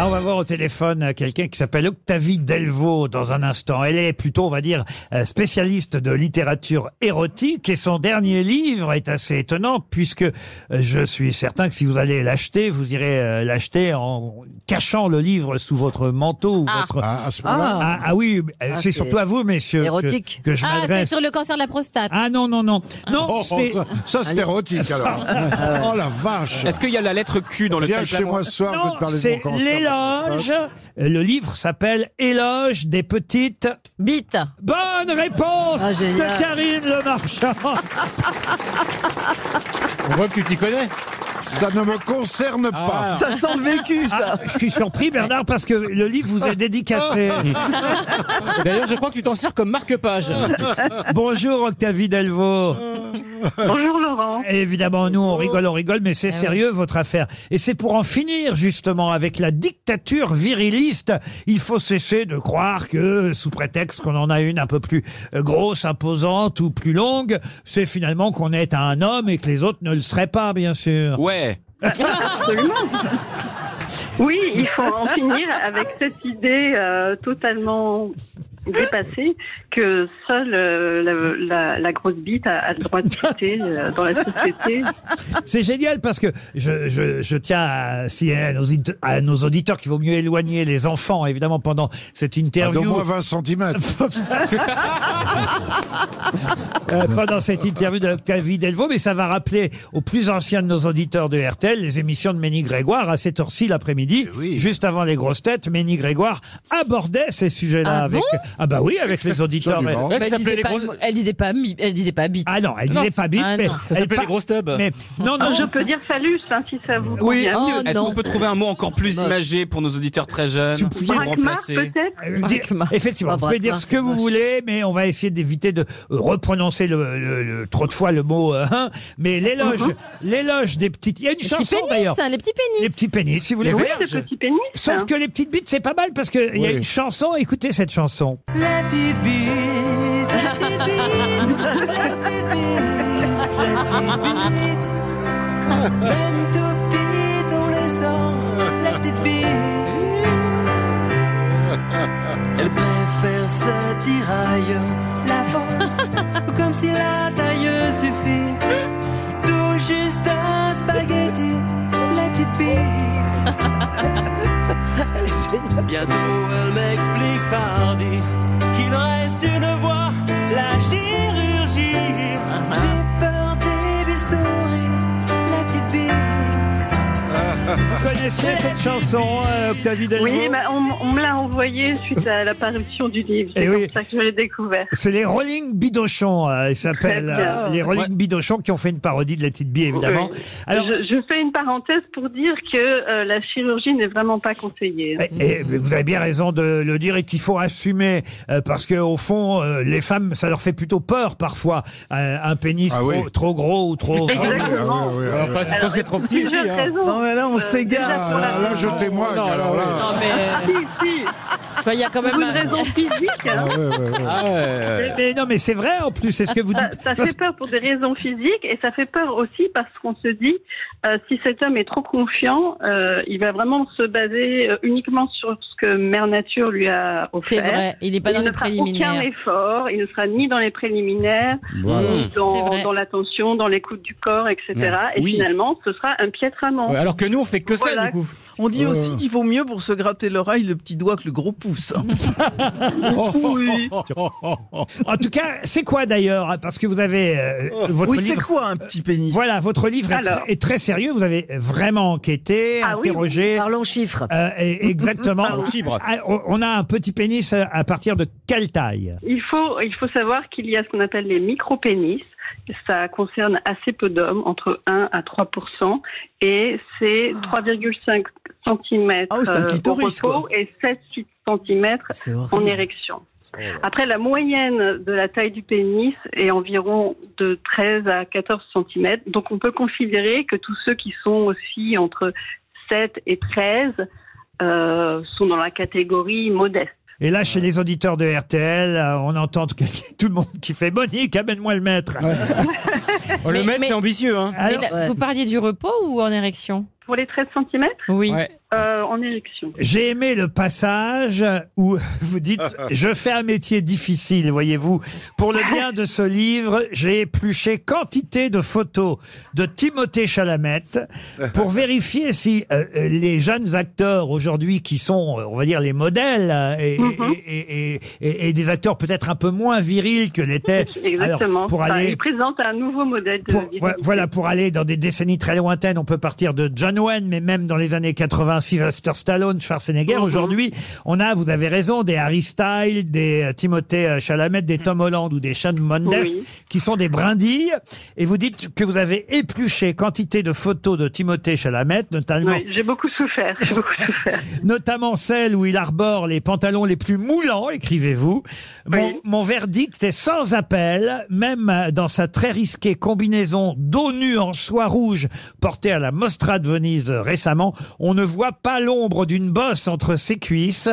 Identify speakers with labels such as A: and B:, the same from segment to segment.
A: Ah, on va voir au téléphone euh, quelqu'un qui s'appelle Octavie Delvaux dans un instant. Elle est plutôt, on va dire, euh, spécialiste de littérature érotique et son dernier livre est assez étonnant puisque euh, je suis certain que si vous allez l'acheter, vous irez euh, l'acheter en cachant le livre sous votre manteau ou votre...
B: Ah, à ce moment-là.
A: Ah, ah oui, euh,
C: Ah,
A: c'est
C: c'est
A: surtout à vous, messieurs, que-
C: érotique.
A: Que, je
D: Ah, c'est
A: m'adresse.
D: sur le cancer de la prostate.
A: Ah non, non, non. Non,
B: Oh, oh,
A: c'est...
B: ça, ça, c'est érotique alors. Oh la vache.
E: Est-ce qu'il y a la lettre Q dans le
B: Viens
E: tel
B: chez moi ce soir, je vais te
A: Non,
B: parler de mon
A: c'est
B: cancer.
A: l'éloge. Le livre s'appelle Éloge des petites
D: Bite.
E: Bah,
D: Bah,
A: Bonne réponse
C: Ah, génial. Ah,
A: de Karine Le Marchand.
E: On voit que tu t'y connais.
B: Ça ne me concerne
E: Ah.
B: pas.
F: Ça sent le vécu, ça.
A: Ah, Je suis surpris Bernard parce que le livre vous est dédicacé.
E: D'ailleurs, je crois que tu t'en sers comme marque-page.
A: Bonjour Octavie Delvaux.
G: Bonjour Laurent.
A: Et évidemment, nous on rigole, on rigole, mais
C: Ah
A: c'est sérieux votre affaire. Et c'est pour en finir justement avec la dictature viriliste. Il faut cesser de croire que sous prétexte qu'on en a une un peu plus euh, grosse, imposante ou plus longue, c'est finalement qu'on est un homme et que les autres ne le seraient pas, bien sûr.
E: Ouais.
G: Oui, il faut en finir avec cette idée euh, totalement dépassée que seule euh, la, la- la grosse bite a, a le droit de citer euh, dans la société.
A: C'est génial parce que je, je, je tiens à, si- à nos, audite- à nos auditeurs qu'il vaut mieux éloigner les enfants, évidemment, pendant cette
B: Ah, D'au
A: interview.
B: moins 20 cm.
A: euh, pendant cette interview d'Octavie Delvaux, mais ça va rappeler aux plus anciens de nos auditeurs de RTL les émissions de Ménie Grégoire à cette heure-ci l'après-midi,
B: Eh oui.
A: juste avant les grosses têtes. Ménie Grégoire abordait ces sujets-là
D: Ah
A: avec. ah bah oui, avec les auditeurs. mais-
B: Absolument.
E: Ouais,
D: Bah,
E: ça
D: elle,
E: s'appelait
D: disait
E: les
D: pas,
E: grosses.
D: elle disait pas mi- elle disait pas bite.
A: Ah non, elle
E: Non,
A: disait pas bite,
D: ah
A: mais
D: non.
E: Ça
A: elle
E: s'appelait
A: par-
E: les grosses tubs.
A: Mais non, non.
G: Ah, Je peux dire phallus hein, si ça vous
A: Oui.
G: convient
D: Oh,
G: mieux.
D: non.
E: Est-ce qu'on peut trouver un mot encore plus imagé pour nos auditeurs très
A: Si vous
E: jeunes
A: pouviez-
E: pour
G: Braquemar
E: remplacer
G: peut-être
A: Euh, dire-
D: Braquemar.
A: effectivement,
D: Pas
A: vous pouvez dire
D: braquemar,
A: ce que
D: c'est
A: vous
D: moche.
A: voulez, mais on va essayer d'éviter de reprononcer le, le- le- trop de fois le mot euh, hein. Mais l'éloge,
G: Uh-huh.
A: l'éloge des petites. Il y a une
D: Les petits
A: chanson
D: pénis,
A: d'ailleurs.
D: hein, les petits pénis.
A: Les petits pénis, si vous voulez.
E: Les
A: Oui.
G: Oui,
E: Verge.
G: le petit pénis.
A: Sauf
G: hein.
A: que les petites bites, c'est pas mal parce qu'il y a
B: Oui.
A: une chanson. Écoutez cette chanson.
H: La petite bite, la petite bite, la petite bite, la petite bite. Même tout petit, on le sent, la petite bite. Elle préfère se tiraille l'avant, comme si la taille suffit. Tout juste un spaghetti, la petite bite. Bientôt elle m'explique pardi qu'il reste une voie, la chirurgie.
G: Ah,
H: J'ai peur des bistouri, la petite bite.
A: Vous connaissiez cette chanson, euh, Octavie Delvaux
G: Oui, bah, on, on me l'a envoyé suite à l'apparition du livre.
A: Eh
G: C'est
A: oui.
G: comme ça que je l'ai découvert.
A: C'est les Rolling Bidochon, euh, ils s'appellent
G: Très
A: euh,
G: bien.
A: les Rolling
E: Ouais.
A: Bidochon qui ont fait une parodie de la petite bille évidemment.
G: Oui.
A: Alors,
G: je, je fais une parenthèse pour dire que euh, la chirurgie n'est vraiment pas conseillée.
A: Eh, eh, mais vous avez bien raison de le dire et qu'il faut assumer euh, parce que au fond euh, les femmes ça leur fait plutôt peur parfois euh, un pénis
B: Ah
A: trop,
B: oui.
A: trop gros ou trop
B: Ah oui, ah oui,
G: Exactement.
B: ah oui, ah
E: Alors,
B: oui.
E: pas- Quand c'est trop petit,
G: plusieurs
E: si, hein.
G: raisons.
F: Non, mais là, on
G: Euh,
F: s'égare.
G: déjà pour la-
B: Ah, Là, je témoigne.
E: Non, non,
B: alors
E: non,
B: là.
D: Non mais euh,
G: Si, si,
D: tu vois, il y a quand
G: pour
D: même
G: une
D: un-
G: raison physique. hein.
B: Ah, ouais, ouais, ouais.
E: Ah ouais.
A: mais non mais c'est vrai en plus c'est ce que vous
G: Ça,
A: dites
G: ça
A: Parce-
G: fait peur pour des raisons physiques et ça fait peur aussi parce qu'on se dit euh, si cet homme est trop confiant, euh, il va vraiment se baser euh, uniquement sur ce que Mère Nature lui a
D: c'est
G: offert.
D: vrai, il est pas
G: il
D: dans
G: ne
D: les
G: fera aucun
D: préliminaires.
G: effort, il ne sera ni dans les préliminaires,
B: Voilà.
E: Mmh.
G: ni dans,
D: vrai.
G: dans l'attention, dans l'écoute du corps, etc.
E: Ouais.
G: Et
E: Oui.
G: finalement, ce sera un piètre amant.
E: Ouais, Alors que nous, on fait que ça
G: Voilà.
E: du coup.
F: On dit
B: Euh.
F: aussi qu'il vaut mieux pour se gratter l'oreille le petit doigt que le gros pouce. hein.
B: Oh, oh,
G: Oui.
B: oh, oh, oh, oh.
A: en tout cas c'est quoi d'ailleurs hein, parce que vous avez euh, votre
F: Oui, c'est
A: livre
F: quoi un petit pénis
A: voilà votre livre est,
G: Alors.
A: tr- est très sérieux vous avez vraiment enquêté
G: Ah oui.
A: interrogé
C: Parlons chiffres.
A: euh, et- exactement
E: Parlons chiffres.
A: Ah, on- on a un petit pénis à à partir de quelle taille
G: Il faut, il faut savoir qu'il y a ce qu'on appelle les micro-pénis. Ça concerne assez peu d'hommes, entre 1 à 3 et c'est 3,5 cm
F: Ah oui, c'est un clitoris,
G: euh, au repos et 7-8 cm
C: C'est
G: en
C: horrible.
G: érection.
F: Oh
G: Après, la moyenne de la taille du pénis est environ de 13 à 14 cm. Donc, on peut considérer que tous ceux qui sont aussi entre 7 et 13 euh, sont dans la catégorie modeste.
A: Et là, chez les auditeurs de RTL, euh, on entend tout tout le monde qui fait Monique, amène-moi le maître.
E: Oh, le
D: Mais-
E: maître,
D: mais-
E: c'est ambitieux. Hein.
D: Mais
A: Alors,
D: là, Vous parliez du repos ou en érection
G: Pour les 13 cm,
D: Oui.
E: Ouais.
G: Euh, en érection.
A: J'ai aimé le passage où vous dites Je fais un métier difficile, voyez-vous. Pour le bien de ce livre, j'ai épluché quantité de photos de Timothée Chalamette pour vérifier si euh, euh, les jeunes acteurs aujourd'hui qui sont, euh, on va dire, les modèles euh, et, et- et- et- et des acteurs peut-être un peu moins virils que l'étaient.
G: Exactement.
A: Alors, pour
G: Enfin,
A: aller
G: Il présente un nouveau modèle de
A: pour-
G: virilité.
A: voi- voilà, pour aller dans des décennies très lointaines, on peut partir de John Wayne, mais même dans les années 80, Sylvester Stallone, Schwarzenegger.
G: Mhm.
A: Aujourd'hui, on a, vous avez raison, des Harry Styles, des euh, Timothée euh, Chalamet, des Tom Holland ou des Sean Mendes,
G: Oui.
A: qui sont des brindilles. Et vous dites que vous avez épluché quantité de photos de Timothée Chalamet, notamment,
G: Oui, j'ai beaucoup souffert. J'ai beaucoup souffert.
A: notamment celle où il arbore les pantalons les plus moulants, écrivez-vous. Mon,
G: Oui.
A: mon verdict est sans appel, même euh, dans sa très risquée combinaison dos nu en soie rouge portée à la Mostra de Venise euh, récemment, on ne voit pas l'ombre d'une bosse entre ses cuisses,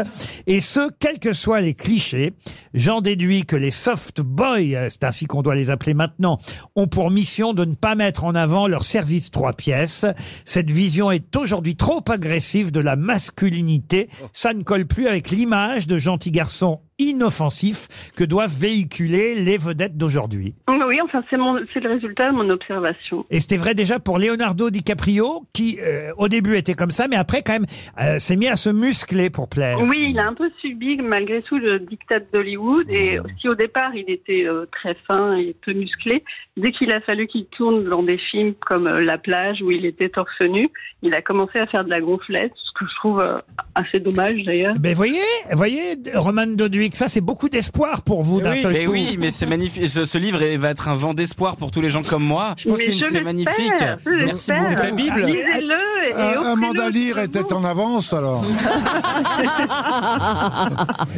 A: et ce, quels que soient les clichés. J'en déduis que les soft boys, euh, c'est ainsi qu'on doit les appeler maintenant, ont pour mission de ne pas mettre en avant leur service trois pièces. Cette vision est aujourd'hui trop agressive de la masculinité. Ça ne colle plus avec l'image de gentil garçon inoffensif que doivent véhiculer les vedettes d'aujourd'hui.
G: oui, enfin, c'est mon, c'est le résultat de mon observation.
A: Et c'était vrai déjà pour Leonardo DiCaprio, qui euh, au début était comme ça, mais après quand même euh, s'est mis à se muscler pour plaire.
G: Oui, il a un peu subi malgré tout le diktat d'Hollywood et si au départ il était euh, très fin et peu musclé, dès qu'il a fallu qu'il tourne dans des films comme euh, La plage où il était torse nu, il a commencé à faire de la gonflette, ce que je trouve euh, assez dommage d'ailleurs.
A: Ben voyez, voyez, Roman Doduic, ça c'est beaucoup d'espoir pour vous d'un
E: Eh oui,
A: seul
C: Mais
A: coup.
C: oui, mais c'est magnifique. Ce, ce livre eh, va être un vent d'espoir pour tous les gens comme moi. Je pense
G: Mais
C: qu'il
G: je
C: c'est
G: l'espère,
C: magnifique.
G: je
C: Merci
G: l'espère.
C: beaucoup.
E: La Bible.
G: Lisez-le et, et
B: Euh,
G: offrez-le
B: Amanda
G: aux
B: Lear
G: autres
B: était
G: gens.
B: en avance alors.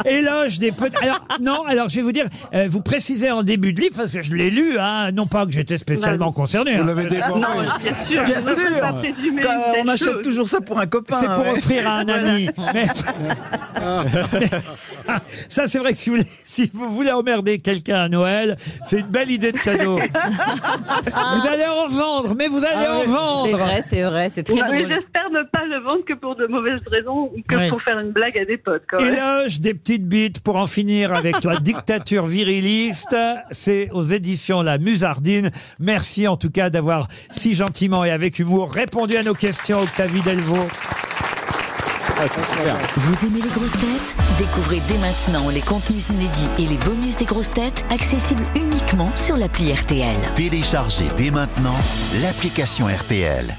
A: Éloge des petits. Alors, non, alors je vais vous dire, euh, vous précisez en début de livre, parce que je l'ai lu, hein, non pas que j'étais spécialement concerné.
B: Vous
A: hein.
B: l'avez dévoré.
G: Non, bien sûr,
F: Bien
G: on peut
F: sûr.
G: pas présumer
F: Quand
G: une telle
F: on achète
G: chose.
F: toujours ça pour un copain. hein,
A: C'est pour
F: ouais.
A: offrir à un ami. Mais- Mais- Ah. Ça, c'est vrai que si vous, voulez, si vous voulez emmerder quelqu'un à Noël, c'est une belle idée de cadeau. Ah vous allez en vendre, mais vous allez en
D: C'est
A: vendre.
D: vrai, c'est vrai, c'est très
G: Oui, mais
D: drôle.
G: j'espère ne pas le vendre que pour de mauvaises raisons ou que
D: Oui.
G: pour faire une blague à des potes. Quand même.
A: Éloge des petites bites pour en finir avec la dictature viriliste. C'est aux éditions La Musardine. Merci en tout cas d'avoir si gentiment et avec humour répondu à nos questions, Octavie Delvaux.
I: Vous aimez les grosses têtes Découvrez dès maintenant les contenus inédits et les bonus des grosses têtes accessibles uniquement sur l'appli RTL.
J: Téléchargez dès maintenant l'application RTL.